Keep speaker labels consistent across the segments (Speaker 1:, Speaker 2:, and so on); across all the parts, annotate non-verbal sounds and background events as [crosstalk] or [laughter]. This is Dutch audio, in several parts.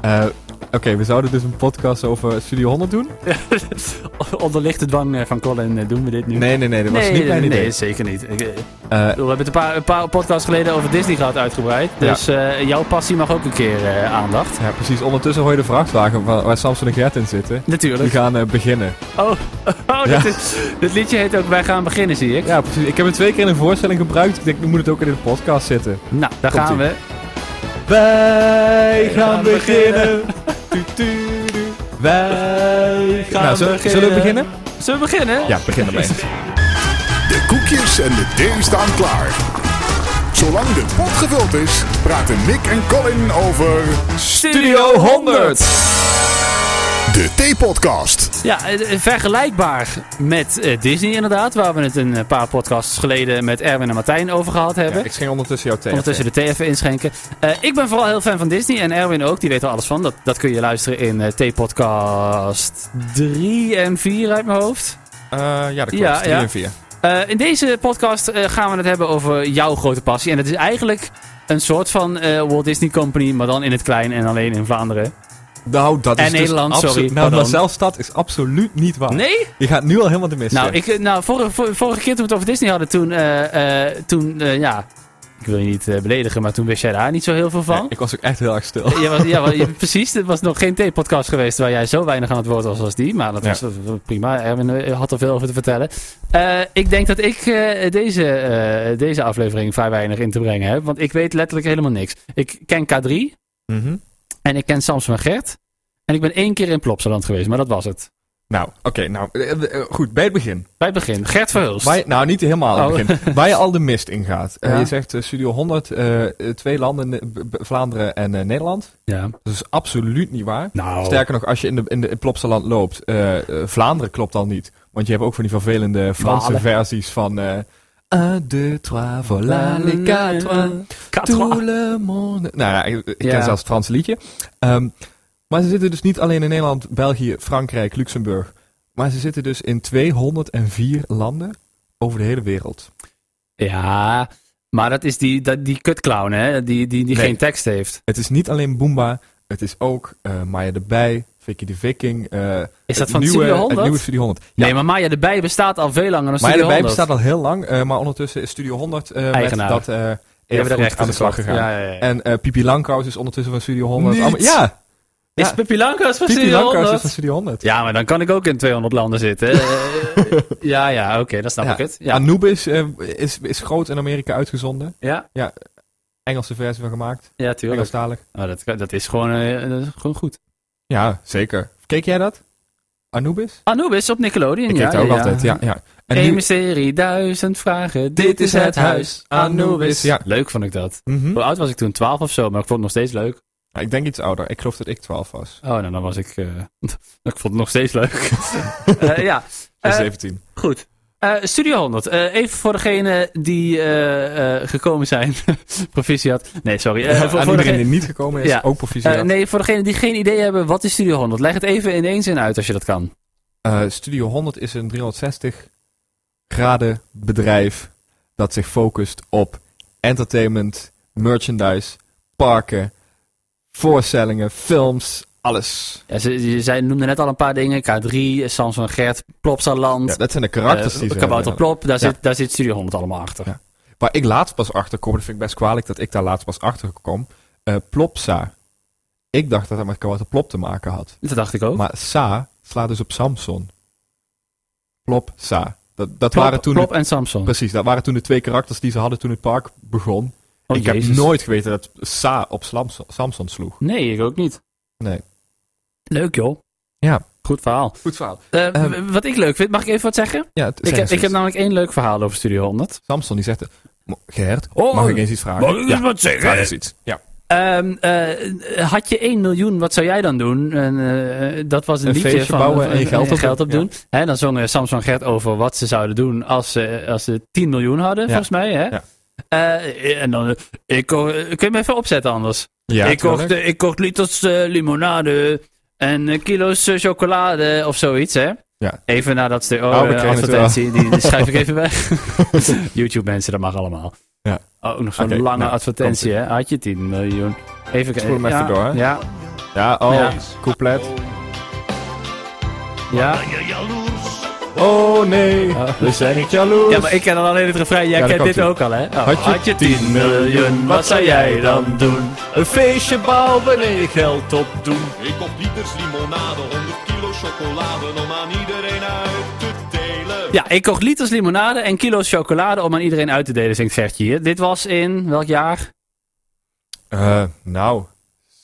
Speaker 1: Eh, Oké, we zouden dus een podcast over Studio 100 doen?
Speaker 2: [laughs] Onder lichte dwang eh, van Colin eh, doen we dit nu.
Speaker 1: Nee, nee, nee, dat was
Speaker 2: nee,
Speaker 1: niet mijn
Speaker 2: nee,
Speaker 1: idee.
Speaker 2: zeker niet. Ik, eh, ik bedoel,
Speaker 1: Eh,
Speaker 2: we hebben het een paar, een paar podcasts geleden over Disney gehad uitgebreid. Dus eh, jouw passie mag ook een keer eh, aandacht.
Speaker 1: ja, precies. Ondertussen hoor je de vrachtwagen waar, waar Samson en Gert in zitten. Die
Speaker 2: Natuurlijk.
Speaker 1: gaan eh, beginnen.
Speaker 2: Oh, [laughs] oh dit, is- dit liedje heet ook Wij gaan beginnen, zie ik.
Speaker 1: Ja, precies. Ik heb het twee keer in een voorstelling gebruikt. Ik denk, nu moet het ook in de podcast zitten.
Speaker 2: Nou, daar
Speaker 1: Komt-ie.
Speaker 2: gaan we.
Speaker 1: Wij
Speaker 2: gaan [laughs] beginnen.
Speaker 1: Wij
Speaker 2: gaan
Speaker 1: nou, zullen, zullen we
Speaker 2: beginnen.
Speaker 1: beginnen?
Speaker 2: Zullen we beginnen?
Speaker 1: Ja, begin
Speaker 2: [laughs]
Speaker 1: ermee.
Speaker 3: De koekjes en de thee staan klaar. Zolang de pot gevuld is, praten Mick en Colin over
Speaker 1: Studio 100!
Speaker 3: de theepodcast.
Speaker 2: Ja, eh, eh, vergelijkbaar met eh, Disney inderdaad. Waar we het een eh, paar podcasts geleden met Erwin en Martijn over gehad hebben.
Speaker 1: ik ging ondertussen jouw thee.
Speaker 2: Ondertussen de thee even inschenken. Eh, ik ben vooral heel fan van Disney en Erwin ook. Die weet er alles van. Dat, dat kun je luisteren in eh T-podcast 3 en 4 uit mijn hoofd.
Speaker 1: Eh, ja, dat klopt.
Speaker 2: Ja,
Speaker 1: 3
Speaker 2: ja.
Speaker 1: en 4.
Speaker 2: Eh, in deze podcast eh, gaan we het hebben over jouw grote passie. En dat is eigenlijk een soort van eh, Walt Disney Company, maar dan in het klein en alleen in Vlaanderen.
Speaker 1: Nou, dat
Speaker 2: En
Speaker 1: is dus
Speaker 2: Nederland,
Speaker 1: absolu-
Speaker 2: sorry,
Speaker 1: Nou,
Speaker 2: pardon.
Speaker 1: maar zelfs dat is absoluut niet waar.
Speaker 2: Nee?
Speaker 1: Je gaat nu al helemaal de mis
Speaker 2: Nou,
Speaker 1: in.
Speaker 2: ik, eh, nou vorige, vor- vorige keer toen we het over Disney hadden, toen, eh, eh, toen eh, ja, ik wil je niet eh, beledigen, maar toen wist jij daar niet zo heel veel van.
Speaker 1: Nee, ik was ook echt heel erg stil.
Speaker 2: Ja, was, ja was, ja, [laughs] precies. Het was nog geen T-podcast geweest waar jij zo weinig aan het woord was als die. Maar dat
Speaker 1: Ja.
Speaker 2: was dat was prima. Erwin eh, had er veel over te vertellen. Eh, ik denk dat ik eh, deze, eh, deze aflevering vrij weinig in te brengen heb. Want ik weet letterlijk helemaal niks. Ik ken K3
Speaker 1: Mhm.
Speaker 2: en ik ken Samson en Gert. En ik ben één keer in Plopsaland geweest, maar dat was het.
Speaker 1: Nou, oké. nou, eh, eh, goed, bij het begin.
Speaker 2: Bij het begin. Gert Verhulst.
Speaker 1: Waar je- nou, niet helemaal aan
Speaker 2: Oh.
Speaker 1: het
Speaker 2: [laughs]
Speaker 1: begin. Waar je al de mist in gaat. Eh,
Speaker 2: Ja.
Speaker 1: je zegt eh, Studio 100, eh, eh, twee landen, eh, B- B- Vlaanderen en eh, Nederland.
Speaker 2: Ja.
Speaker 1: Dat is absoluut niet waar.
Speaker 2: Nou.
Speaker 1: Sterker nog, als je in, de, in, de, in Plopsaland loopt, eh, eh, Vlaanderen klopt al niet. Want je hebt ook van die vervelende Franse
Speaker 2: Malen.
Speaker 1: versies van... eh 1, 2, 3, voilà les quatre. Tout le monde. Nou ja, ik, ik
Speaker 2: Ja.
Speaker 1: ken zelfs het Franse liedje. Ehm, maar ze zitten dus niet alleen in Nederland, België, Frankrijk, Luxemburg. Maar ze zitten dus in 204 landen over de hele wereld.
Speaker 2: Ja, maar dat is die, dat, die kutclown hè. Die, die, die
Speaker 1: Nee.
Speaker 2: geen tekst heeft.
Speaker 1: Het is niet alleen Boomba, het is ook eh Maya de Bij, Vicky de Viking. eh,
Speaker 2: Is dat
Speaker 1: het
Speaker 2: van
Speaker 1: nieuwe,
Speaker 2: Studio 100?
Speaker 1: Het nieuwe Studio 100. Ja,
Speaker 2: Nee, maar Maya de Bij bestaat al veel langer dan
Speaker 1: Maya
Speaker 2: Studio
Speaker 1: de Bij
Speaker 2: 100.
Speaker 1: bestaat al heel lang, eh, maar ondertussen is Studio 100 eh, met
Speaker 2: Eigenaar.
Speaker 1: dat eh
Speaker 2: Die hebben de
Speaker 1: erfgoed
Speaker 2: rechten
Speaker 1: aan de slag
Speaker 2: gekocht.
Speaker 1: gegaan.
Speaker 2: Ja, ja, ja.
Speaker 1: En eh Pipi Langkous is ondertussen van Studio 100.
Speaker 3: Niet?
Speaker 1: Allemaal- ja,
Speaker 2: is
Speaker 1: Ja.
Speaker 2: Pippi Langkous van
Speaker 1: Pipi
Speaker 2: Studio
Speaker 1: Langkous is
Speaker 2: 100?
Speaker 1: van Studio 100.
Speaker 2: Ja, maar dan kan ik ook in 200 landen [laughs] zitten. Eh, ja, ja, oké, dan snap ik het. Ja,
Speaker 1: Anubis eh, is, is groot in Amerika uitgezonden.
Speaker 2: ja,
Speaker 1: Engelse versie van gemaakt.
Speaker 2: ja tuurlijk.
Speaker 1: Engelstalig.
Speaker 2: Maar dat, dat, is gewoon, eh, dat is gewoon goed.
Speaker 1: Ja, zeker. Keek jij dat? Anubis?
Speaker 2: Anubis op Nickelodeon,
Speaker 1: Ik
Speaker 2: ja.
Speaker 1: keek dat ook
Speaker 2: ja,
Speaker 1: altijd, ja. ja. En
Speaker 2: Eén
Speaker 1: nu-
Speaker 2: mysterie, duizend vragen. Dit is het huis, Anubis.
Speaker 1: Ja.
Speaker 2: Leuk vond ik dat.
Speaker 1: Mhm.
Speaker 2: Hoe oud was ik toen? 12 of zo, maar ik vond het nog steeds leuk.
Speaker 1: Ja, Ik denk iets ouder. Ik geloof dat ik 12 was.
Speaker 2: Oh, nou, dan was ik... eh, [laughs] ik vond het nog steeds leuk. [laughs] Eh, ja.
Speaker 1: Of
Speaker 2: Eh,
Speaker 1: 17.
Speaker 2: Goed. Eh, Studio 100. Eh, even voor degenen die eh, eh, gekomen zijn. [laughs] Proficiat. Nee, sorry. Eh, voor,
Speaker 1: Aan
Speaker 2: voor
Speaker 1: iedereen die
Speaker 2: degene-
Speaker 1: niet gekomen is,
Speaker 2: Ja.
Speaker 1: ook proficiat.
Speaker 2: eh, nee, voor degenen die geen idee hebben, wat is Studio 100? Leg het even in één zin uit als je dat kan.
Speaker 1: Eh, Studio 100 is een 360 graden bedrijf dat zich focust op entertainment, merchandise, parken, voorstellingen, films, alles.
Speaker 2: Ja, ze, je zei, noemde net al een paar dingen. K3, Samson Gert, Plopsaland.
Speaker 1: Ja, dat zijn de karakters die
Speaker 2: eh,
Speaker 1: ze
Speaker 2: Kabouter
Speaker 1: hebben.
Speaker 2: Plop. Daar,
Speaker 1: Ja.
Speaker 2: zit, daar zit Studio 100 allemaal achter.
Speaker 1: Ja. Waar ik laatst pas achter kom, dat vind ik best kwalijk dat ik daar laatst pas achter kom. eh, Plopsa. Ik dacht dat dat met Kabouter Plop te maken had.
Speaker 2: Dat dacht ik ook.
Speaker 1: Maar Sa slaat dus op Samson. Plopsa. Dat, dat
Speaker 2: Plop,
Speaker 1: waren toen
Speaker 2: Plop en Samson.
Speaker 1: Precies, dat waren toen de twee karakters die ze hadden toen het park begon.
Speaker 2: Oh,
Speaker 1: ik
Speaker 2: Jezus.
Speaker 1: heb nooit geweten dat Sa op Slamson- Samson sloeg.
Speaker 2: Nee, ik ook niet.
Speaker 1: Nee.
Speaker 2: Leuk joh.
Speaker 1: Ja.
Speaker 2: Goed verhaal.
Speaker 1: Goed verhaal.
Speaker 2: Eh,
Speaker 1: Ehm.
Speaker 2: w- wat ik leuk vind, mag ik even wat zeggen?
Speaker 1: Ja, het-
Speaker 2: Ik
Speaker 1: zeg
Speaker 2: heb,
Speaker 1: eens
Speaker 2: ik heb
Speaker 1: iets.
Speaker 2: namelijk één leuk verhaal over Studio 100.
Speaker 1: Samson die zegt... "Mo- Gert,
Speaker 2: Oh,
Speaker 1: mag ik eens iets vragen?
Speaker 2: mag ik eens
Speaker 1: Ja,
Speaker 2: wat zeggen?"
Speaker 1: Vraag eens iets. Ja.
Speaker 2: Ehm, eh, had je 1 miljoen, wat zou jij dan doen? En, eh, dat was een,
Speaker 1: Een
Speaker 2: liedje
Speaker 1: feestje
Speaker 2: van,
Speaker 1: bouwen
Speaker 2: van-
Speaker 1: en je geld opdoen.
Speaker 2: opdoen. Hè, dan zongen Samson en Gert over wat ze zouden doen als ze, als ze 10 miljoen hadden, volgens mij. Hè?
Speaker 1: Ja.
Speaker 2: Eh, en dan, eh, ik, ko- eh, kun je hem even opzetten anders?
Speaker 1: Ja,
Speaker 2: ik, kocht,
Speaker 1: tuurlijk.
Speaker 2: eh, ik kocht liters eh, limonade en eh, kilo's eh, chocolade of zoiets, hè?
Speaker 1: Ja.
Speaker 2: Even nadat ze... Oh,
Speaker 1: Oh, we
Speaker 2: eh,
Speaker 1: kregen het
Speaker 2: advertentie, die, die schrijf ik
Speaker 1: [laughs]
Speaker 2: even weg. [laughs] YouTube mensen, dat mag allemaal.
Speaker 1: Ja.
Speaker 2: Oh, ook nog zo'n
Speaker 1: Oké,
Speaker 2: lange
Speaker 1: nou,
Speaker 2: advertentie, hè? Had je 10 miljoen. Even kijken.
Speaker 1: Spoel hem
Speaker 2: ja,
Speaker 1: even door, hè?
Speaker 2: Ja.
Speaker 1: Ja, oh,
Speaker 2: Ja.
Speaker 1: couplet.
Speaker 2: Ja.
Speaker 1: Oh nee, we zijn niet jaloers.
Speaker 2: Ja, maar ik ken dan alleen het refrein. Jij
Speaker 1: Ja, daar
Speaker 2: kent dit
Speaker 1: komt-ie.
Speaker 2: ook al, hè? Oh.
Speaker 1: Had je
Speaker 2: 10 miljoen, wat zou jij dan doen? Een feestje bouwen wanneer je geld opdoet.
Speaker 4: Ik op liters limonade, 100 kilo chocolade om aan iedereen uit te delen.
Speaker 2: Ja, ik kocht liters limonade en kilo's chocolade om aan iedereen uit te delen, zingt Gertje hier. Dit was in welk jaar?
Speaker 1: Eh, nou,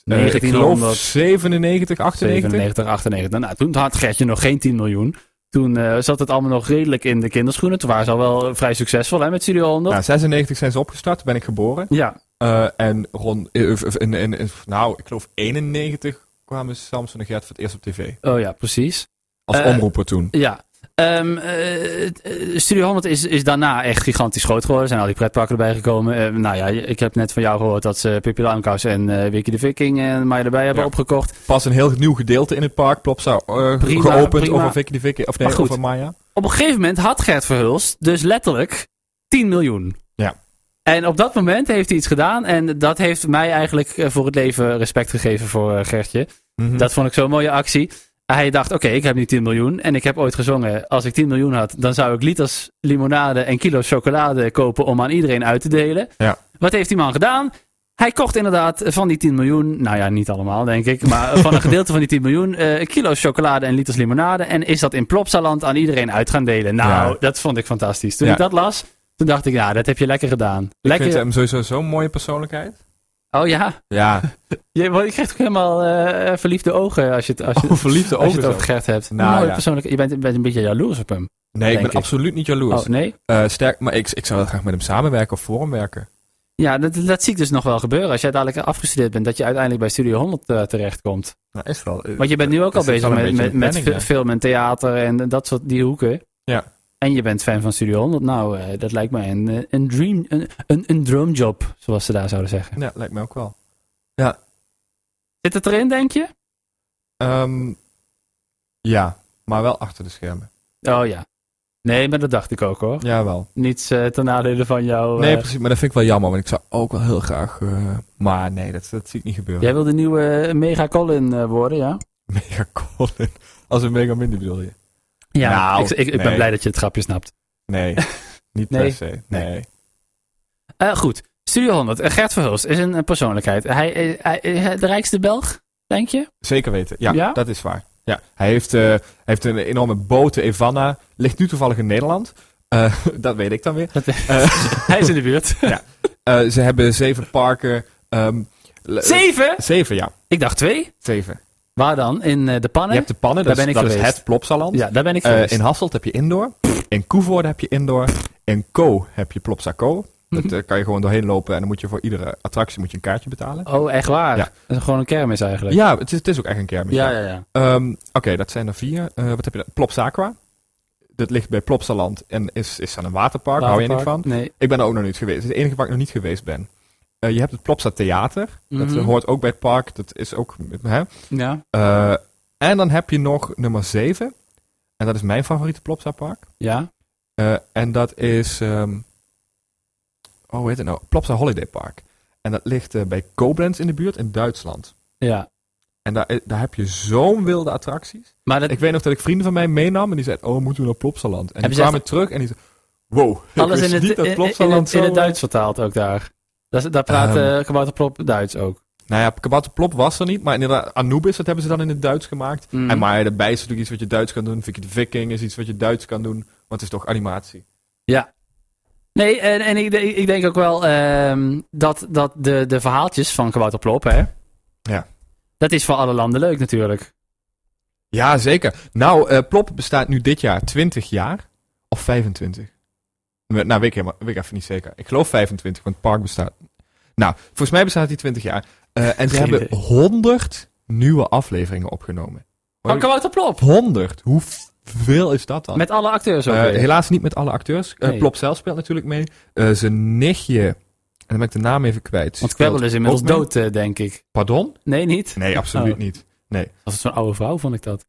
Speaker 1: eh, ik
Speaker 2: 1900.
Speaker 1: geloof 97, 98.
Speaker 2: 97, 98. Nou, toen had Gertje nog geen 10 miljoen. Toen eh, zat het allemaal nog redelijk in de kinderschoenen. Toen waren ze al wel eh, vrij succesvol hè, met Studio 100.
Speaker 1: Nou, 96 zijn ze opgestart, toen ben ik geboren.
Speaker 2: Ja,
Speaker 1: Eh, en rond, eh, eh, in, in, in- nou, ik geloof 91 kwamen Samson en Gert voor het eerst op tv.
Speaker 2: oh ja, precies.
Speaker 1: Als
Speaker 2: Eh,
Speaker 1: omroeper toen.
Speaker 2: Ja. Ehm, eh, eh, Studio 100 is, is daarna echt gigantisch groot geworden. Er zijn al die pretparken erbij gekomen. Eh, nou ja, ik heb net van jou gehoord dat ze Pippi Langkous en eh Wiki de Viking en Maya erbij hebben
Speaker 1: Ja.
Speaker 2: opgekocht.
Speaker 1: Pas een heel nieuw gedeelte in het park, Plopsa, eh,
Speaker 2: Prima,
Speaker 1: geopend
Speaker 2: prima.
Speaker 1: over Vicky de Vicky, of nee,
Speaker 2: Maar goed.
Speaker 1: over Maya.
Speaker 2: Op een gegeven moment had Gert Verhulst dus letterlijk 10 miljoen.
Speaker 1: Ja.
Speaker 2: En op dat moment heeft hij iets gedaan. En dat heeft mij eigenlijk eh, voor het leven respect gegeven voor eh, Gertje.
Speaker 1: Mhm.
Speaker 2: Dat vond ik zo'n mooie actie. Hij dacht, oké, ik heb nu 10 miljoen. En ik heb ooit gezongen, als ik 10 miljoen had... dan zou ik liters limonade en kilo's chocolade kopen... om aan iedereen uit te delen.
Speaker 1: Ja.
Speaker 2: Wat heeft die man gedaan? Hij kocht inderdaad van die 10 miljoen... nou ja, niet allemaal, denk
Speaker 1: [laughs]
Speaker 2: ik... maar van een gedeelte van die 10 miljoen... eh kilo's chocolade en liters limonade... en is dat in Plopsaland aan iedereen uit gaan delen. Nou,
Speaker 1: Ja.
Speaker 2: dat vond ik fantastisch. Toen
Speaker 1: Ja.
Speaker 2: ik dat las, toen dacht ik... ja, dat heb je lekker gedaan.
Speaker 1: Ik
Speaker 2: Lekker...
Speaker 1: vind hem sowieso zo'n mooie persoonlijkheid.
Speaker 2: Oh ja, [laughs]
Speaker 1: Ja,
Speaker 2: je, je krijgt ook helemaal eh, verliefde ogen... als je het... Als je,
Speaker 1: oh, verliefde
Speaker 2: als
Speaker 1: ogen.
Speaker 2: je het
Speaker 1: zo.
Speaker 2: over Gert hebt.
Speaker 1: Nou,
Speaker 2: Nou,
Speaker 1: ja.
Speaker 2: persoonlijk, je bent, je bent een beetje jaloers op hem.
Speaker 1: Nee, ik
Speaker 2: denk
Speaker 1: ben
Speaker 2: ik.
Speaker 1: absoluut niet jaloers.
Speaker 2: Oh, nee?
Speaker 1: Eh, sterk, maar ik, ik zou wel graag met hem samenwerken of voor hem werken.
Speaker 2: Ja, dat, dat zie ik dus nog wel gebeuren. Als jij dadelijk afgestudeerd bent, dat je uiteindelijk bij Studio 100 terecht terechtkomt.
Speaker 1: Nou, is wel. eh,
Speaker 2: Want je bent nu ook
Speaker 1: dat
Speaker 2: al
Speaker 1: zit
Speaker 2: bezig
Speaker 1: wel een
Speaker 2: met,
Speaker 1: beetje
Speaker 2: met,
Speaker 1: in de
Speaker 2: met
Speaker 1: planning,
Speaker 2: fi- film en theater en dat soort die hoeken.
Speaker 1: Ja.
Speaker 2: En je bent fan van Studio 100. Nou, eh, dat lijkt mij een, eh, een, dream, een, een, een droomjob, zoals ze daar zouden zeggen.
Speaker 1: ja, lijkt mij ook wel.
Speaker 2: Zit het erin, denk je?
Speaker 1: Ehm, ja, maar wel achter de schermen.
Speaker 2: Oh ja. Nee, maar dat dacht ik ook hoor.
Speaker 1: Jawel.
Speaker 2: Niets eh, ten nadele van jou.
Speaker 1: Nee,
Speaker 2: eh,
Speaker 1: precies. Maar dat vind ik wel jammer, want ik zou ook wel heel graag... eh, maar nee, dat, dat zie ik niet gebeuren.
Speaker 2: jij wil de nieuwe eh, Mega Colin eh, worden, ja?
Speaker 1: Mega Colin. [laughs] Als een Mega Mindy bedoel je?
Speaker 2: Ja,
Speaker 1: Nou,
Speaker 2: ik, ik, ik ben
Speaker 1: nee.
Speaker 2: blij dat je het grapje snapt.
Speaker 1: Nee, niet
Speaker 2: Nee.
Speaker 1: per se. Nee.
Speaker 2: Eh, goed, Studio 100. Eh, Gert Verhulst is een, eh, persoonlijkheid. Hij, eh, hij- eh, de rijkste Belg, denk je?
Speaker 1: Zeker weten. Ja,
Speaker 2: Ja?
Speaker 1: dat is waar. Ja. Hij heeft, eh, hij heeft een enorme boot, de Evanna. Ligt nu toevallig in Nederland. Eh, [laughs] dat weet ik dan weer.
Speaker 2: Dat-
Speaker 1: Eh,
Speaker 2: [laughs] hij is in de [laughs] buurt.
Speaker 1: eh, ze hebben zeven parken. ehm, le-
Speaker 2: Zeven?
Speaker 1: Zeven, ja.
Speaker 2: Ik dacht twee.
Speaker 1: Zeven.
Speaker 2: Waar dan? In eh, de
Speaker 1: Je
Speaker 2: pannen?
Speaker 1: hebt de pannen,
Speaker 2: Daar
Speaker 1: dat, is,
Speaker 2: ben ik
Speaker 1: dat is
Speaker 2: geweest.
Speaker 1: het Plopsaland.
Speaker 2: Ja, daar ben ik
Speaker 1: Eh,
Speaker 2: geweest.
Speaker 1: in Hasselt heb je indoor. In Koevoorde heb je indoor. In Co heb je Plopsaco. Dat eh, kan je gewoon doorheen lopen en dan moet je voor iedere attractie moet je een kaartje betalen.
Speaker 2: Oh, echt waar?
Speaker 1: Ja.
Speaker 2: Dat is gewoon een kermis eigenlijk.
Speaker 1: Ja, het is, het is ook echt een kermis.
Speaker 2: ja,
Speaker 1: ja.
Speaker 2: ja. ja.
Speaker 1: Ehm, Oké, dat zijn er vier. Eh, wat heb je dan? Plopsaqua. Dat ligt bij Plopsaland en is, is aan een waterpark. Hou je niet van?
Speaker 2: Waterpark? Nee.
Speaker 1: Ik ben er ook nog niet geweest. Het is het enige waar ik nog niet geweest ben. Eh, je hebt het Plopsa Theater. Dat
Speaker 2: Mhm.
Speaker 1: eh, hoort ook bij het park. Dat is ook... Hè?
Speaker 2: Ja.
Speaker 1: Eh, en dan heb je nog nummer 7. En dat is mijn favoriete Plopsa Park.
Speaker 2: Ja.
Speaker 1: Eh, en dat is. ehm, oh, hoe heet het nou? Plopsa Holiday Park. En dat ligt eh, bij Koblenz in de buurt in Duitsland.
Speaker 2: Ja.
Speaker 1: En daar, eh, daar heb je zo'n wilde attracties.
Speaker 2: Maar dat,
Speaker 1: Ik weet nog dat ik vrienden van mij meenam en die zeiden: Oh, moeten we naar Plopsaland? En
Speaker 2: Hebben
Speaker 1: die
Speaker 2: ze
Speaker 1: kwamen terug en die zeiden: Wow, [laughs]
Speaker 2: alles
Speaker 1: ik
Speaker 2: in
Speaker 1: wist niet
Speaker 2: het, in,
Speaker 1: dat
Speaker 2: in- in
Speaker 1: Plopsaland
Speaker 2: het,
Speaker 1: zo...
Speaker 2: in
Speaker 1: eh.
Speaker 2: het Duits vertaald ook daar. Daar, daar praat
Speaker 1: Ehm.
Speaker 2: eh Kabouterplop Duits ook.
Speaker 1: Nou ja, Kabouterplop was er niet, maar inderdaad, Anubis, dat hebben ze dan in het Duits gemaakt.
Speaker 2: Mm.
Speaker 1: En maar daarbij is natuurlijk iets wat je Duits kan doen. Vicky de Viking is iets wat je Duits kan doen, want het is toch animatie.
Speaker 2: Nee, en, en ik, denk- ik denk ook wel ehm, dat, dat de, de verhaaltjes van Kabouter Plop, hè?
Speaker 1: Ja.
Speaker 2: Dat is voor alle landen leuk natuurlijk.
Speaker 1: Ja, zeker. Nou, eh, Plop bestaat nu dit jaar 20 jaar of 25? We- Nou, weet ik, helemaal, weet ik even niet zeker. Ik geloof 25, want het park bestaat. Nou, volgens mij bestaat hij 20 jaar. Eh, en ze
Speaker 2: Geen
Speaker 1: hebben
Speaker 2: idee.
Speaker 1: 100 nieuwe afleveringen opgenomen.
Speaker 2: Van Kabouter Plop.
Speaker 1: 100? Hoeveel is dat dan?
Speaker 2: Met alle acteurs ook.
Speaker 1: Eh,
Speaker 2: weer.
Speaker 1: helaas niet met alle acteurs. Eh,
Speaker 2: Nee.
Speaker 1: Plop zelf speelt natuurlijk mee. Eh, zijn nichtje, en dan ben ik de naam even kwijt.
Speaker 2: Want Kwebbel is
Speaker 1: speelt
Speaker 2: inmiddels
Speaker 1: ook mee.
Speaker 2: dood, eh, denk ik.
Speaker 1: Pardon?
Speaker 2: Nee, niet?
Speaker 1: Nee, absoluut
Speaker 2: Oh.
Speaker 1: niet.
Speaker 2: Als zo'n oude vrouw vond ik dat.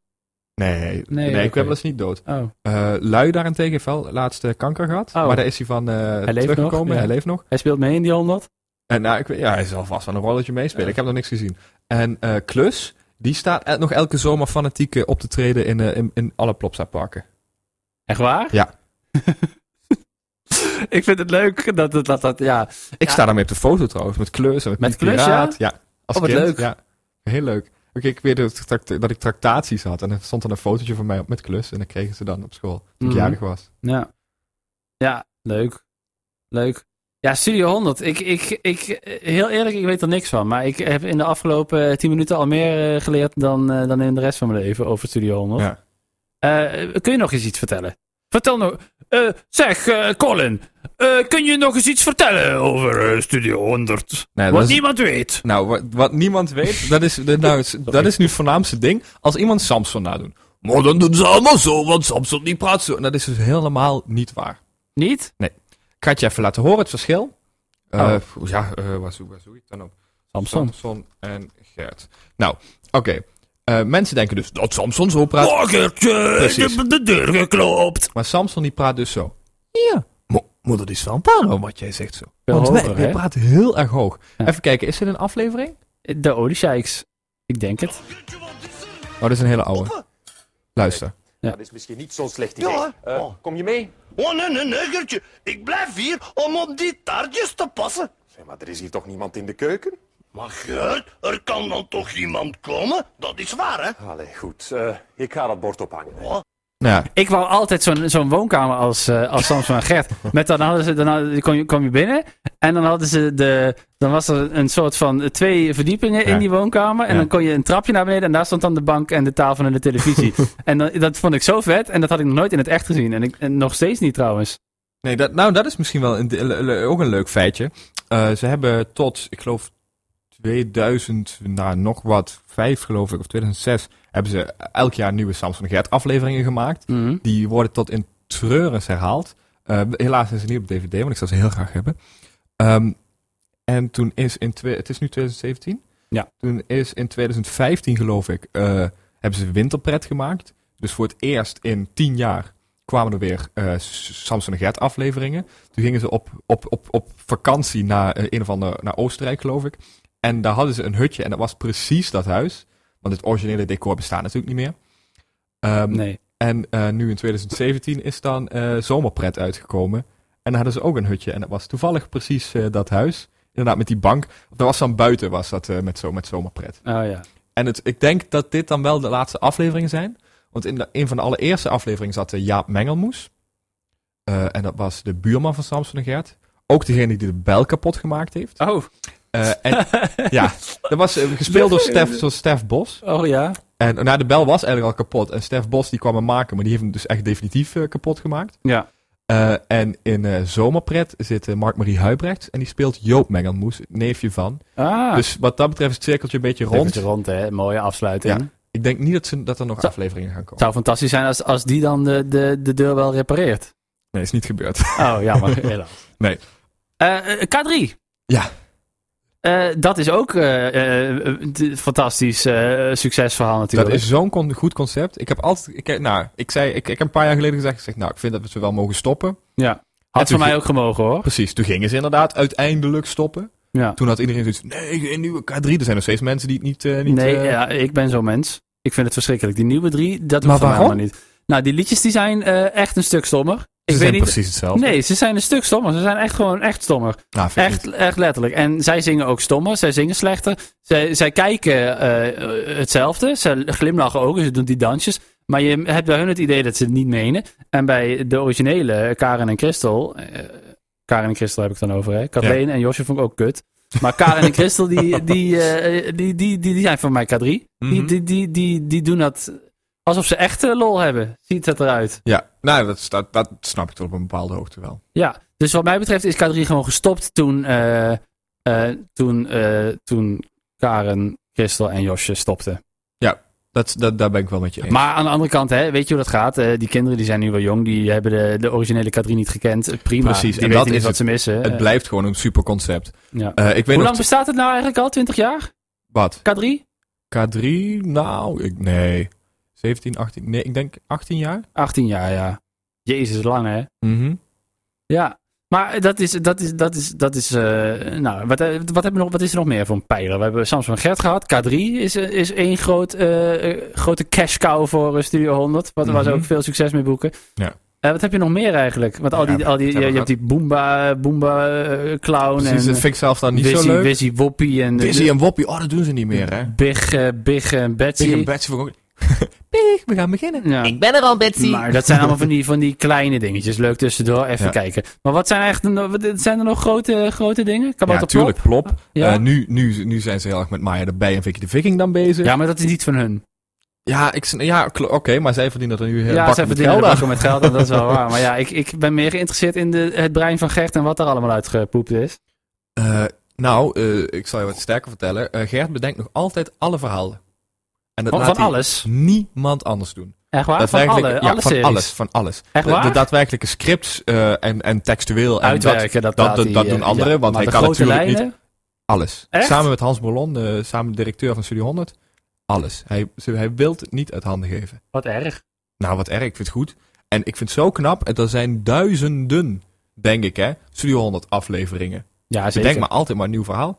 Speaker 1: Nee, nee,
Speaker 2: Nee,
Speaker 1: Kwebbel is
Speaker 2: oké.
Speaker 1: niet dood.
Speaker 2: Oh.
Speaker 1: Eh, Lui daarentegen heeft wel laatst eh, kanker gehad.
Speaker 2: Oh.
Speaker 1: Maar daar is hij van eh,
Speaker 2: leeft nog,
Speaker 1: teruggekomen.
Speaker 2: ja.
Speaker 1: Hij leeft nog.
Speaker 2: Hij speelt mee in die 100.
Speaker 1: En nou, ik weet, ja, hij zal vast wel een rolletje meespelen. Ik heb nog niks gezien. En eh, Klus, die staat el- nog elke zomer fanatiek eh, op te treden in, eh, in, in alle Plopsa-parken.
Speaker 2: Echt waar?
Speaker 1: Ja.
Speaker 2: [laughs] ik vind het leuk dat dat, dat, dat ja.
Speaker 1: Ik
Speaker 2: Ja.
Speaker 1: sta daarmee op de foto trouwens, met Klus en met,
Speaker 2: Met
Speaker 1: Piet
Speaker 2: Klus,
Speaker 1: Piraat. Ja. Als
Speaker 2: Oh, wat
Speaker 1: kind.
Speaker 2: leuk.
Speaker 1: Ja. Heel leuk. Oké, ik weet dat, ik tract- dat ik tractaties had en er stond dan een fotootje van mij op met Klus en dat kregen ze dan op school, toen ik
Speaker 2: Mhm.
Speaker 1: jarig was.
Speaker 2: Ja. Ja, leuk. Leuk. Ja, Studio 100. Ik, ik, ik, eh, heel eerlijk, ik weet er niks van. Maar ik heb in de afgelopen eh, 10 minuten al meer eh, geleerd dan, eh, dan in de rest van mijn leven over Studio 100.
Speaker 1: Ja.
Speaker 2: Eh, kun je nog eens iets vertellen? Vertel nog. eh, zeg, eh, Colin. eh, kun je nog eens iets vertellen over eh, Studio 100?
Speaker 1: Nee, dat
Speaker 2: Wat
Speaker 1: is-
Speaker 2: niemand weet.
Speaker 1: Nou, wat, wat niemand weet, dat is, dat, nou, is- dat is nu het voornaamste ding. Als iemand Samson nadoet. Maar dan doen ze allemaal zo, want Samson die praat zo. En dat is dus helemaal niet waar.
Speaker 2: Niet?
Speaker 1: Ik ga het je even laten horen, het verschil. Eh,
Speaker 2: Oh.
Speaker 1: pff, ja, eh, waar, zoek, waar zoek ik dan op?
Speaker 2: Samson.
Speaker 1: Samson en Gert. Nou, oké. Eh, mensen denken dus dat Samson zo praat.
Speaker 2: Lagertje,
Speaker 1: Precies. ik heb
Speaker 2: de deur geklopt.
Speaker 1: Maar Samson die praat dus zo. Ja, mo- maar dat is San Paulo wat jij zegt zo.
Speaker 2: Veel
Speaker 1: Want
Speaker 2: hoger,
Speaker 1: wij, wij
Speaker 2: hè?
Speaker 1: praten heel erg hoog.
Speaker 2: Ja.
Speaker 1: Even kijken, is dit een aflevering?
Speaker 2: De Olyseiks. Ik denk het.
Speaker 1: Oh, dat is een hele oude. Luister.
Speaker 5: Dat is misschien niet zo'n slecht idee.
Speaker 6: Ja,
Speaker 5: Eh, Kom je mee?
Speaker 6: Oh, nee, nee, nuggertje. Ik blijf hier om op die taartjes te passen.
Speaker 5: Zeg, maar er is hier toch niemand in de keuken?
Speaker 6: Maar Geurt, er kan dan toch iemand komen? Dat is waar, hè?
Speaker 5: Allee, goed. eh, ik ga dat bord ophangen.
Speaker 1: Nou ja,
Speaker 2: Ik wou altijd zo'n zo'n woonkamer als, eh als Samson en Gert. Met dan hadden ze, dan hadden- kwam, je, kwam je binnen en dan hadden ze de, dan was er een soort van twee verdiepingen
Speaker 1: Ja.
Speaker 2: in die woonkamer. En
Speaker 1: Ja.
Speaker 2: dan kon je een trapje naar beneden en daar stond dan de bank en de tafel en de
Speaker 1: [laughs]
Speaker 2: televisie. en dan, dat vond ik zo vet en dat had ik nog nooit in het echt gezien. En, ik, en nog steeds niet trouwens.
Speaker 1: Nee, dat, nou, dat is misschien wel een, de- le- le- ook een leuk feitje. Eh, ze hebben tot, ik geloof, 2000, nou, nog wat, vijf geloof ik, of 2006, hebben ze elk jaar nieuwe Samson en Gert afleveringen gemaakt.
Speaker 2: Mhm.
Speaker 1: Die worden tot in treurens herhaald. Eh, helaas zijn ze niet op DVD, want ik zou ze heel graag hebben. Ehm, en toen is in, twe- het is nu 2017.
Speaker 2: Ja.
Speaker 1: Toen is in 2015, geloof ik, eh, hebben ze winterpret gemaakt. Dus voor het eerst in tien jaar kwamen er weer eh, S- Samson en Gert afleveringen. Toen gingen ze op, op, op, op vakantie naar eh, een of ander, naar Oostenrijk, geloof ik. En daar hadden ze een hutje en dat was precies dat huis. Want het originele decor bestaat natuurlijk niet meer. Ehm,
Speaker 2: Nee.
Speaker 1: en eh, nu in 2017 is dan eh, Zomerpret uitgekomen. En dan hadden ze ook een hutje. En dat was toevallig precies eh, dat huis. Inderdaad, met die bank. Dat was dan buiten, was dat eh, met, zo, met Zomerpret.
Speaker 2: Oh ja.
Speaker 1: En het, ik denk dat dit dan wel de laatste afleveringen zijn. Want in de- een van de allereerste afleveringen zat eh, Jaap Mengelmoes. Eh, en dat was de buurman van Samson en Gert. Ook degene die de bel kapot gemaakt heeft.
Speaker 2: Oh,
Speaker 1: Eh, en, ja, dat was eh, gespeeld door Stef, door Stef Bos.
Speaker 2: oh ja.
Speaker 1: En nou, de bel was eigenlijk al kapot. En Stef Bos die kwam hem maken, maar die heeft hem dus echt definitief eh, kapot gemaakt.
Speaker 2: Ja.
Speaker 1: Eh, en in eh, Zomerpret zit eh, Mark-Marie Huibrecht. En die speelt Joop Mengelmoes, het neefje van.
Speaker 2: Ah,
Speaker 1: Dus wat dat betreft is het cirkeltje een beetje rond.
Speaker 2: rond. rond hè. Mooie afsluiting.
Speaker 1: Ja. Ik denk niet dat, ze, dat er nog
Speaker 2: Zo-
Speaker 1: afleveringen gaan komen.
Speaker 2: zou fantastisch zijn als, als die dan de, de, de deur wel repareert.
Speaker 1: Nee, is niet gebeurd.
Speaker 2: Oh, jammer,
Speaker 1: [laughs]
Speaker 2: helaas.
Speaker 1: Nee.
Speaker 2: Eh, eh, K3.
Speaker 1: Ja.
Speaker 2: Eh, dat is ook eh, eh, een fantastisch eh, succesverhaal natuurlijk.
Speaker 1: dat is zo'n con- goed concept. Ik heb altijd... Ik, nou, ik, zei, ik, ik heb een paar jaar geleden gezegd... Ik zeg, nou, ik vind dat we ze wel mogen stoppen.
Speaker 2: Ja.
Speaker 1: En
Speaker 2: Had
Speaker 1: toen
Speaker 2: voor mij
Speaker 1: ging-
Speaker 2: ook gemogen hoor.
Speaker 1: Precies, toen gingen ze inderdaad uiteindelijk stoppen.
Speaker 2: Ja.
Speaker 1: Toen had iedereen zoiets... Nee, geen nieuwe K3. Er zijn nog steeds mensen die het niet... eh, niet
Speaker 2: Nee,
Speaker 1: eh,
Speaker 2: ja, ik ben zo'n mens. Ik vind het verschrikkelijk. Die nieuwe drie,
Speaker 1: Maar
Speaker 2: dat hoeft voor mij
Speaker 1: waarom?
Speaker 2: helemaal niet. Nou, die liedjes die zijn eh, echt een stuk stommer.
Speaker 1: Ze
Speaker 2: ik
Speaker 1: zijn
Speaker 2: weet niet.
Speaker 1: precies hetzelfde.
Speaker 2: Nee, ze zijn een stuk stommer. Ze zijn echt gewoon echt stommer.
Speaker 1: Nou, vind ik
Speaker 2: Echt, echt letterlijk. En zij zingen ook stommer, zij zingen slechter. Zij, zij kijken eh, hetzelfde, ze glimlachen ook en ze doen die dansjes. Maar je hebt bij hun het idee dat ze het niet menen. En bij de originele, eh, Karen en Christel... eh, Karen en Christel heb ik het dan over, hè? Kathleen en Josje vond ik ook kut. Maar Karen en Christel, die, die, eh, die, die, die, die zijn voor mij K3. die,
Speaker 1: Mhm.
Speaker 2: die, die, die, die doen dat alsof ze echt eh, lol hebben. Ziet dat eruit.
Speaker 1: Ja, nou, dat, dat, dat snap ik tot op een bepaalde hoogte wel.
Speaker 2: Ja, dus wat mij betreft is K3 gewoon gestopt toen, eh, eh, toen, eh, toen Karen, Christel en Josje stopten.
Speaker 1: Dat, dat, daar ben ik wel met je eens.
Speaker 2: Maar aan de andere kant, hè, weet je hoe dat gaat? Eh, die kinderen die zijn nu wel jong, die hebben de, de originele K3 niet gekend. Eh, Prima,
Speaker 1: Precies,
Speaker 2: die
Speaker 1: en
Speaker 2: weten
Speaker 1: dat
Speaker 2: niet
Speaker 1: is
Speaker 2: wat
Speaker 1: het.
Speaker 2: ze missen.
Speaker 1: het
Speaker 2: Eh,
Speaker 1: blijft gewoon een super concept.
Speaker 2: ja.
Speaker 1: Eh, ik weet
Speaker 2: Hoe
Speaker 1: nog...
Speaker 2: lang bestaat het nou eigenlijk al? 20 jaar?
Speaker 1: Wat?
Speaker 2: K3?
Speaker 1: K3? Nou, ik, nee. 17, 18... Nee, ik denk 18 jaar.
Speaker 2: Oh, 18 jaar, ja. Jezus, lang hè?
Speaker 1: Mhm.
Speaker 2: Ja. Maar dat is, dat is, dat is, dat is, eh, nou, wat, eh, wat, hebben we nog, wat is er nog meer voor een pijler? We hebben Samsung Gert gehad. K3 is, eh, is één groot, eh, eh, grote cash cow voor eh, Studio 100. Wat, Waar ze
Speaker 1: Mhm.
Speaker 2: ook veel succes mee boeken.
Speaker 1: Ja.
Speaker 2: Eh, wat heb je nog meer eigenlijk? Want al
Speaker 1: Ja,
Speaker 2: die, al die,
Speaker 1: dat
Speaker 2: je,
Speaker 1: hebben
Speaker 2: je
Speaker 1: we
Speaker 2: hebt die Boomba, Boomba eh, Clown
Speaker 1: Precies,
Speaker 2: en
Speaker 1: dat vind ik zelf dan niet
Speaker 2: Wizzy,
Speaker 1: zo leuk. Wizzy,
Speaker 2: Wizzy Woppie en eh,
Speaker 1: en Woppie, oh, dat doen ze niet meer, hè.
Speaker 2: Big, eh, Big en Betsy.
Speaker 1: Big en Betsy vond [laughs] ik ook- Big, we gaan beginnen.
Speaker 2: Ja.
Speaker 7: Ik ben er al, Betsy.
Speaker 2: Maar dat zijn allemaal van die, van die kleine dingetjes. Leuk tussendoor, even
Speaker 1: Ja.
Speaker 2: kijken. Maar wat zijn echt, wat- zijn er nog grote, grote dingen? Kabouter
Speaker 1: Ja,
Speaker 2: Plop?
Speaker 1: tuurlijk, plop.
Speaker 2: Ja.
Speaker 1: Eh, nu, nu, nu zijn ze heel erg met Maya erbij en Vicky de Viking dan bezig.
Speaker 2: Ja, maar dat is niet van hun.
Speaker 1: Ja, ik, sn- ja kl- oké, maar zij verdienen er nu heel
Speaker 2: ja, ze
Speaker 1: met
Speaker 2: verdienen
Speaker 1: geld aan.
Speaker 2: bakken met geld en dat is
Speaker 1: [laughs]
Speaker 2: wel waar. Maar ja, ik, ik ben meer geïnteresseerd in de, het brein van Gert en wat er allemaal uitgepoept is.
Speaker 1: Eh, nou, eh, ik zal je wat sterker vertellen. Eh, Gert bedenkt nog altijd alle verhalen. En dat
Speaker 2: Van,
Speaker 1: laat
Speaker 2: van
Speaker 1: hij
Speaker 2: alles.
Speaker 1: niemand anders doen.
Speaker 2: Echt waar? Van
Speaker 1: Daadwerkelijk-
Speaker 2: alle,
Speaker 1: ja,
Speaker 2: alle
Speaker 1: van
Speaker 2: series.
Speaker 1: alles, van alles.
Speaker 2: Echt
Speaker 1: De-
Speaker 2: waar?
Speaker 1: De, daadwerkelijke scripts eh, en, en textueel. En
Speaker 2: Uitwerken, dat,
Speaker 1: dat,
Speaker 2: laat
Speaker 1: dat,
Speaker 2: hij,
Speaker 1: dat
Speaker 2: eh,
Speaker 1: doen
Speaker 2: ja.
Speaker 1: anderen, want
Speaker 2: Maar
Speaker 1: hij
Speaker 2: de
Speaker 1: kan
Speaker 2: grote
Speaker 1: natuurlijk niet
Speaker 2: lijnen?
Speaker 1: alles.
Speaker 2: Echt?
Speaker 1: Samen met Hans Bollon, eh, samen directeur van Studio 100, alles. Hij, ze- hij wil het niet uit handen geven.
Speaker 2: Wat erg.
Speaker 1: Nou, wat erg. Ik vind het goed. En ik vind het zo knap. En er zijn duizenden, denk ik, hè, Studio 100 afleveringen. Ze
Speaker 2: Ja, zeker.
Speaker 1: denken maar altijd maar een nieuw verhaal.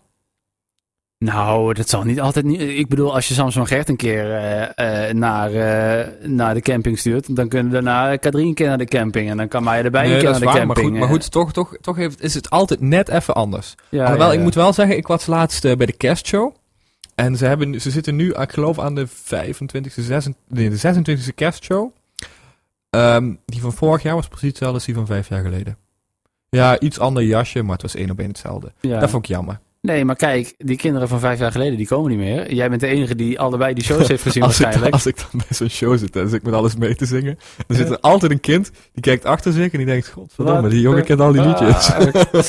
Speaker 2: Nou, dat zal niet altijd niet. Ik bedoel, als je Samsung Gert een keer eh, eh, naar, eh, naar de camping stuurt, dan kunnen daarna K3 een keer naar de camping. En dan kan Maya erbij een
Speaker 1: Nee,
Speaker 2: keer
Speaker 1: dat
Speaker 2: naar
Speaker 1: is
Speaker 2: de
Speaker 1: waar. Maar
Speaker 2: camping.
Speaker 1: goed, maar goed toch, toch, toch heeft, is het altijd net even anders.
Speaker 2: eh. Ja,
Speaker 1: Alhoewel,
Speaker 2: ja,
Speaker 1: ik
Speaker 2: ja.
Speaker 1: moet wel zeggen, ik was laatst eh, bij de kerstshow. En ze, hebben, ze zitten nu, ik geloof, aan de 25e, 26, nee, de 26e kerstshow. Ehm, die van vorig jaar was precies hetzelfde als die van vijf jaar geleden. Ja, iets ander jasje, maar het was één op één hetzelfde.
Speaker 2: Ja.
Speaker 1: Dat vond ik jammer.
Speaker 2: Nee, maar kijk, die kinderen van vijf jaar geleden, die komen niet meer. Jij bent de enige die allebei die
Speaker 1: [laughs]
Speaker 2: shows heeft gezien
Speaker 1: als, ik,
Speaker 2: waarschijnlijk.
Speaker 1: als ik dan bij zo'n show zit en zit ik met alles mee te zingen, dan zit er altijd een kind die kijkt achter zich en die denkt: Godverdomme,
Speaker 2: Wat
Speaker 1: die jongen
Speaker 2: de
Speaker 1: kent al die liedjes.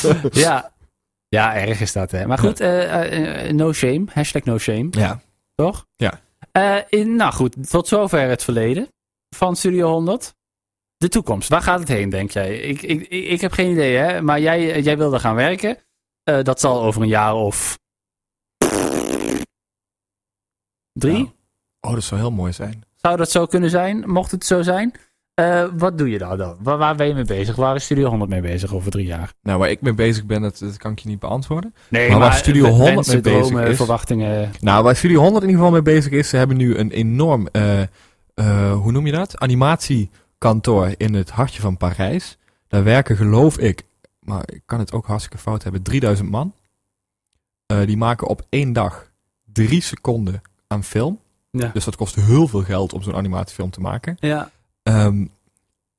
Speaker 2: [laughs]
Speaker 1: [laughs]
Speaker 2: Ja. ja, erg is dat, hè. Maar goed, eh, eh, eh, no shame. Hashtag no shame,
Speaker 1: ja.
Speaker 2: toch?
Speaker 1: Ja.
Speaker 2: Eh, in, nou goed, tot zover het verleden van Studio 100. De toekomst, waar gaat het heen, denk jij? Ik, ik, ik, ik heb geen idee, hè. Maar jij, jij wilde gaan werken. Eh, dat zal over een jaar of... Drie?
Speaker 1: Ja. Oh, dat zou heel mooi zijn.
Speaker 2: Zou dat zo kunnen zijn? Mocht het zo zijn? Eh, wat doe je nou dan? Waar, waar ben je mee bezig? Waar is Studio 100 mee bezig over drie jaar?
Speaker 1: Nou, waar ik mee bezig ben, dat, dat kan ik je niet beantwoorden.
Speaker 2: Nee,
Speaker 1: Maar waar Studio
Speaker 2: we-
Speaker 1: 100
Speaker 2: wensen,
Speaker 1: mee bezig
Speaker 2: dromen,
Speaker 1: is-
Speaker 2: verwachtingen.
Speaker 1: Nou, waar Studio 100 in ieder geval mee bezig is, ze hebben nu een enorm, eh, eh, hoe noem je dat? Animatiekantoor in het hartje van Parijs. Daar werken, geloof ik, maar ik kan het ook hartstikke fout hebben, 3000 man. Eh, die maken op één dag drie seconden aan film.
Speaker 2: Ja.
Speaker 1: Dus dat kost heel veel geld om zo'n animatiefilm te maken.
Speaker 2: Ja.
Speaker 1: Ehm,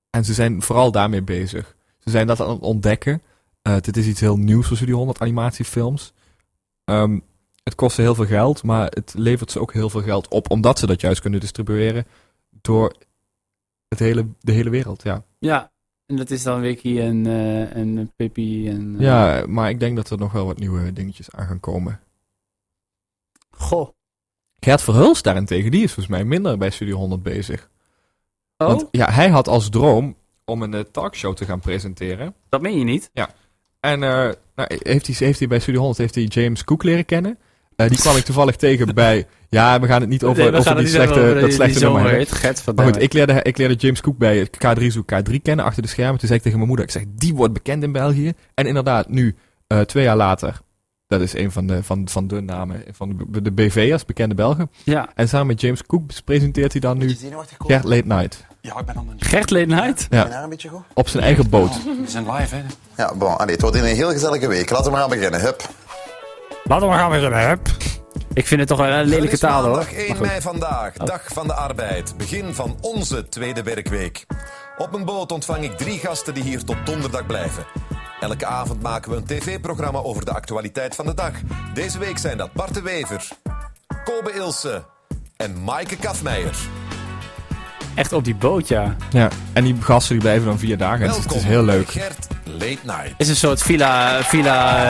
Speaker 1: en ze zijn vooral daarmee bezig. Ze zijn dat aan het ontdekken. Eh, dit is iets heel nieuws voor Studio 100 animatiefilms. Ehm, het kost ze heel veel geld, maar het levert ze ook heel veel geld op, omdat ze dat juist kunnen distribueren door het hele, de hele wereld. Ja.
Speaker 2: ja. En dat is dan Wiki en, eh en Pippi en... eh,
Speaker 1: ja, maar ik denk dat er nog wel wat nieuwe dingetjes aan gaan komen.
Speaker 2: Goh.
Speaker 1: Gert Verhulst daarentegen, die is volgens mij minder bij Studio 100 bezig.
Speaker 2: Oh,
Speaker 1: Want ja, hij had als droom om een eh, talkshow te gaan presenteren.
Speaker 2: dat meen je niet?
Speaker 1: En eh, nou, heeft, hij, heeft hij bij Studio 100 heeft hij James Cook leren kennen. Eh, die kwam ik toevallig [laughs] tegen bij... Ja, we gaan het niet over,
Speaker 2: Nee, we
Speaker 1: over
Speaker 2: gaan
Speaker 1: die
Speaker 2: het niet
Speaker 1: slechte,
Speaker 2: hebben over eh,
Speaker 1: dat
Speaker 2: die-
Speaker 1: slechte
Speaker 2: die
Speaker 1: nummer.
Speaker 2: zomer
Speaker 1: hebben.
Speaker 2: heet. Gert van
Speaker 1: Maar goed,
Speaker 2: Demme.
Speaker 1: ik leerde, ik leerde James Cook bij K3 Zoek K3 kennen, achter de schermen. Toen zei ik tegen mijn moeder, ik zeg, die wordt bekend in België. En inderdaad, nu, eh, twee jaar later, dat is een van de, van, van de namen van de, de BV'ers, bekende Belgen.
Speaker 2: Ja.
Speaker 1: En samen met James Cook presenteert hij dan nu Gert Late Night.
Speaker 8: Ja, ik ben aan de
Speaker 2: Gert Ledenheid?
Speaker 1: Ja.
Speaker 8: daar een beetje goed.
Speaker 1: Op zijn eigen boot.
Speaker 8: We zijn live, hè?
Speaker 9: Ja, bon, allee, het wordt een heel gezellige week. Laten we maar gaan beginnen. Hup.
Speaker 2: Laten we gaan weer een heb. Ik vind het toch wel een lelijke taal, hoor.
Speaker 10: Dag 1 mei vandaag, dag van de arbeid. Begin van onze tweede werkweek. Op een boot ontvang ik drie gasten die hier tot donderdag blijven. Elke avond maken we een tv-programma over de actualiteit van de dag. Deze week zijn dat Bart de Wever, Kobe Ilse en Maaike Kafmeijer.
Speaker 2: Echt op die boot, ja.
Speaker 1: Ja. En die gasten die blijven dan vier dagen. Het is,
Speaker 10: Welkom,
Speaker 1: het is heel leuk.
Speaker 10: Gert Late Night.
Speaker 2: is een soort villa, villa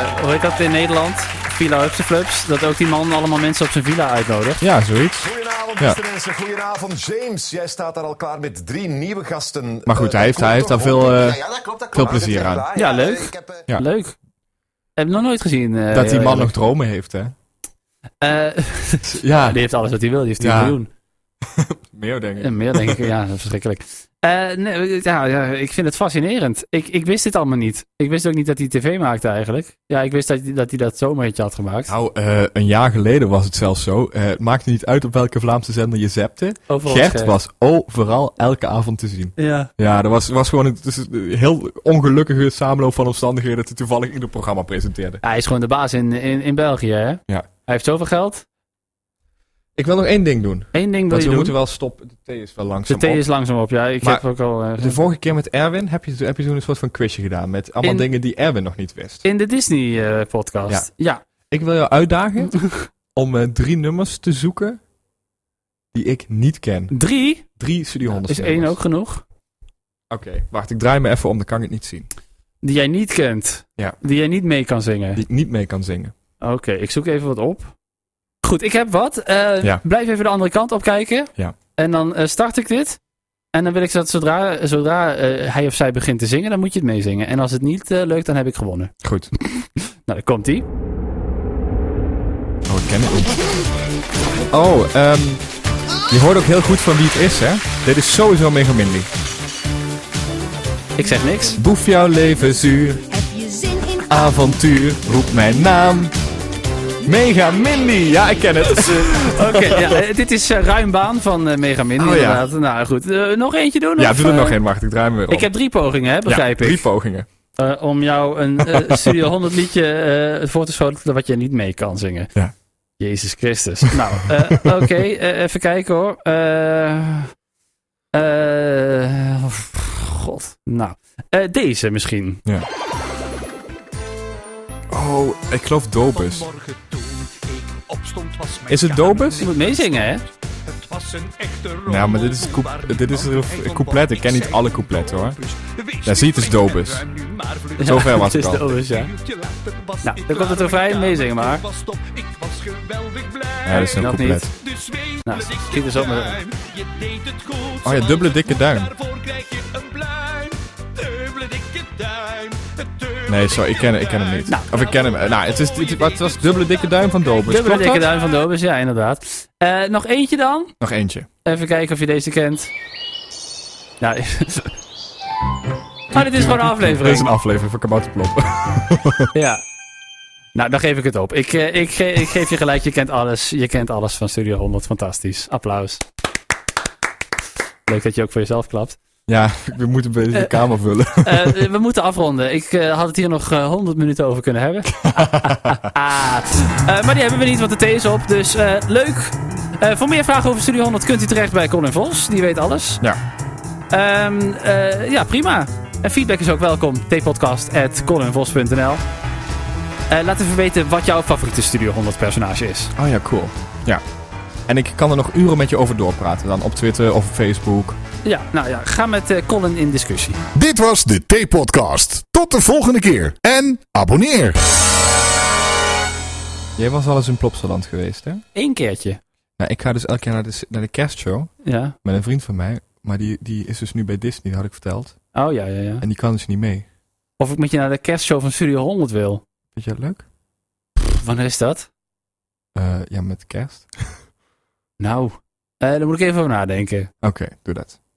Speaker 2: eh, hoe heet dat in Nederland? Villa Hupsenflups, dat ook die man allemaal mensen op zijn villa uitnodigt.
Speaker 1: Ja, zoiets.
Speaker 10: Goedenavond,
Speaker 1: Ja.
Speaker 10: beste mensen. Goedenavond, James. Jij staat daar al klaar met drie nieuwe gasten.
Speaker 1: Maar goed,
Speaker 10: Eh,
Speaker 1: hij heeft, hij heeft daar veel, eh,
Speaker 9: dat klopt, dat
Speaker 1: veel plezier aan.
Speaker 2: Ja, leuk.
Speaker 9: Ik heb, eh,
Speaker 1: Ja.
Speaker 2: Leuk. Heb ik nog nooit gezien. eh,
Speaker 1: Dat die
Speaker 2: heel
Speaker 1: man nog
Speaker 2: eerlijk. [laughs]
Speaker 1: dromen heeft, hè?
Speaker 2: Eh, [laughs]
Speaker 1: Ja,
Speaker 2: die heeft alles wat hij wil, die heeft 10
Speaker 1: Ja.
Speaker 2: miljoen.
Speaker 1: Meer denk
Speaker 2: Eh,
Speaker 1: ik.
Speaker 2: Meer denk ik, ja, dat is verschrikkelijk. Eh, nee, ja, ja, ik vind het fascinerend. Ik, ik wist dit allemaal niet. Ik wist ook niet dat hij tv maakte eigenlijk. Ja, ik wist dat hij dat, hij dat zomerhitje had gemaakt.
Speaker 1: Nou, eh, een jaar geleden was het zelfs zo. Eh, het maakte niet uit op welke Vlaamse zender je zapte.
Speaker 2: Overal
Speaker 1: Gert
Speaker 2: scherp.
Speaker 1: was overal elke avond te zien.
Speaker 2: Ja.
Speaker 1: eh, Ja, dat was, was gewoon een, het is een heel ongelukkige samenloop van omstandigheden dat hij toevallig ieder programma presenteerde.
Speaker 2: Hij is gewoon de baas in, in, in België, hè?
Speaker 1: Ja.
Speaker 2: Hij heeft zoveel geld.
Speaker 1: Ik wil nog één ding doen.
Speaker 2: Eén ding wil
Speaker 1: Want
Speaker 2: je
Speaker 1: we
Speaker 2: doen.
Speaker 1: moeten wel stoppen. De thee is wel
Speaker 2: De
Speaker 1: langzaam
Speaker 2: thee
Speaker 1: op.
Speaker 2: is langzaam op, ja. Ik
Speaker 1: Maar-
Speaker 2: heb ook al... eh,
Speaker 1: De vorige keer met Erwin heb je, heb je toen een soort van quizje gedaan met allemaal
Speaker 2: In-
Speaker 1: dingen die Erwin nog niet wist.
Speaker 2: in de eh, Disney-podcast. ja.
Speaker 1: Ik wil jou [laughs] uitdagen om eh, drie nummers te zoeken die ik niet ken.
Speaker 2: Drie
Speaker 1: Drie Studio 100
Speaker 2: is één
Speaker 1: nummers.
Speaker 2: ook genoeg.
Speaker 1: Oké, wacht, ik draai me even om, dan kan ik het niet zien.
Speaker 2: Die jij niet kent.
Speaker 1: Ja.
Speaker 2: Die jij niet mee kan zingen.
Speaker 1: Die ik niet mee kan zingen.
Speaker 2: Oké, ik zoek even wat op. Goed, ik heb wat. Eh,
Speaker 1: Ja.
Speaker 2: Blijf even de andere kant op kijken.
Speaker 1: Ja.
Speaker 2: En dan eh, start ik dit. En dan wil ik dat zodra, zodra eh, hij of zij begint te zingen, dan moet je het meezingen. En als het niet eh, lukt, dan heb ik gewonnen.
Speaker 1: Goed.
Speaker 2: Nou, dan komt ie.
Speaker 1: Oh, ik ken het niet. Oh, ehm je hoort ook heel goed van wie het is, hè? Dit is sowieso Mega Mindy.
Speaker 2: Ik
Speaker 1: [laughs]
Speaker 2: zeg niks.
Speaker 1: Boef jouw leven zuur,
Speaker 7: Heb je zin in
Speaker 1: avontuur, roep mijn naam. Mega Mindy, ja, ik ken
Speaker 2: [laughs]
Speaker 1: het.
Speaker 2: Oké, ja, eh, dit is eh, Ruim Baan van eh Mega Min.
Speaker 1: Oh, ja.
Speaker 2: inderdaad. Nou goed, Eh, nog eentje doen?
Speaker 1: Ja,
Speaker 2: of,
Speaker 1: doe er
Speaker 2: eh,
Speaker 1: nog één, wacht, ik draai me weer om.
Speaker 2: Ik heb drie pogingen, hè, begrijp
Speaker 1: ja,
Speaker 2: ik.
Speaker 1: drie pogingen.
Speaker 2: Eh, om jou een
Speaker 1: [laughs]
Speaker 2: eh, Studio 100 liedje eh, voor te schotelen wat je niet mee kan zingen.
Speaker 1: Ja.
Speaker 2: Jezus Christus. Nou,
Speaker 1: [laughs]
Speaker 2: eh, oké, eh, even kijken hoor. Eh, eh, God. Nou, eh, deze misschien.
Speaker 1: Oh, ik geloof Dobus.
Speaker 6: Vanmorgen toen ik opstond was mijn
Speaker 1: Is het Dobus?
Speaker 2: Je moet meezingen,
Speaker 1: [laughs]
Speaker 2: hè?
Speaker 6: Het was een echte
Speaker 1: Nou, maar dit is, coup- dit is een v- couplet. Ik ken niet alle coupletten hoor. Ja, zie, het is Dobus. Zover was
Speaker 2: het
Speaker 1: het
Speaker 2: is
Speaker 1: al.
Speaker 2: de OS, Dus ja. Nou, dan komt het refrein, meezingen maar.
Speaker 6: Ik was geweldig blij.
Speaker 1: Ja, dat is een
Speaker 2: Dat
Speaker 1: couplet.
Speaker 2: niet.
Speaker 6: Dus
Speaker 2: Nou,
Speaker 6: nou,
Speaker 2: schiet eens op met-
Speaker 6: Je deed het goed.
Speaker 1: Oh ja, dubbele dikke duim.
Speaker 6: Daarvoor krijg je een pluim. Dubbele dikke duim. Het dubbele
Speaker 1: Nee, sorry, ik ken, ik ken hem niet. Of ik ken hem. eh, Nou, het, is, het, het was dubbele dikke duim van Dobus.
Speaker 2: Dubbele
Speaker 1: Klopt
Speaker 2: dikke
Speaker 1: dat?
Speaker 2: duim van Dobus, ja, inderdaad. Eh, nog eentje dan.
Speaker 1: Nog eentje.
Speaker 2: Even kijken of je deze kent. Nou, [laughs] oh, dit is gewoon een
Speaker 1: Dit is
Speaker 2: aflevering.
Speaker 1: een aflevering van Kabouterplop.
Speaker 2: Ja. Nou, dan geef ik het op. Ik, eh, ik, ge- ik geef je gelijk, je kent alles. Je kent alles van Studio 100. Fantastisch. Applaus. Leuk dat je ook voor jezelf klapt.
Speaker 1: [laughs] Ja, [laughs] we moeten een beetje de kamer vullen. [laughs]
Speaker 2: Eh, we moeten afronden. Ik eh, had het hier nog eh, 100 minuten over kunnen hebben. Ah. Eh, maar die hebben we niet, want de thee is op. Dus eh, leuk. Eh, voor meer vragen over Studio 100 kunt u terecht bij Colin Vos. Die weet alles.
Speaker 1: Ja.
Speaker 2: Ehm, eh, ja, prima. En feedback is ook welkom. tpodcast.colinvos.nl Eh, Laat even weten wat jouw favoriete Studio 100 personage is.
Speaker 1: Oh ja, cool. Ja. En ik kan er nog uren met je over doorpraten. Dan op Twitter of op Facebook.
Speaker 2: Ja, nou ja, ga met eh, Colin in discussie.
Speaker 3: Dit was de T-podcast. Tot de volgende keer en abonneer.
Speaker 1: Jij was al eens in Plopsaland geweest, hè?
Speaker 2: Eén keertje.
Speaker 1: Nou, ik ga dus elk jaar naar de, naar de kerstshow
Speaker 2: Ja.
Speaker 1: met een vriend van mij. Maar die, die is dus nu bij Disney, dat had ik verteld.
Speaker 2: Oh ja, ja, ja.
Speaker 1: En die kan dus niet mee.
Speaker 2: Of ik met je naar de kerstshow van Studio 100 wil.
Speaker 1: Vind je dat leuk?
Speaker 2: Pff, wanneer is dat?
Speaker 1: Eh, ja, met kerst.
Speaker 2: Nou, eh, daar moet ik even over nadenken.
Speaker 1: Oké, doe dat.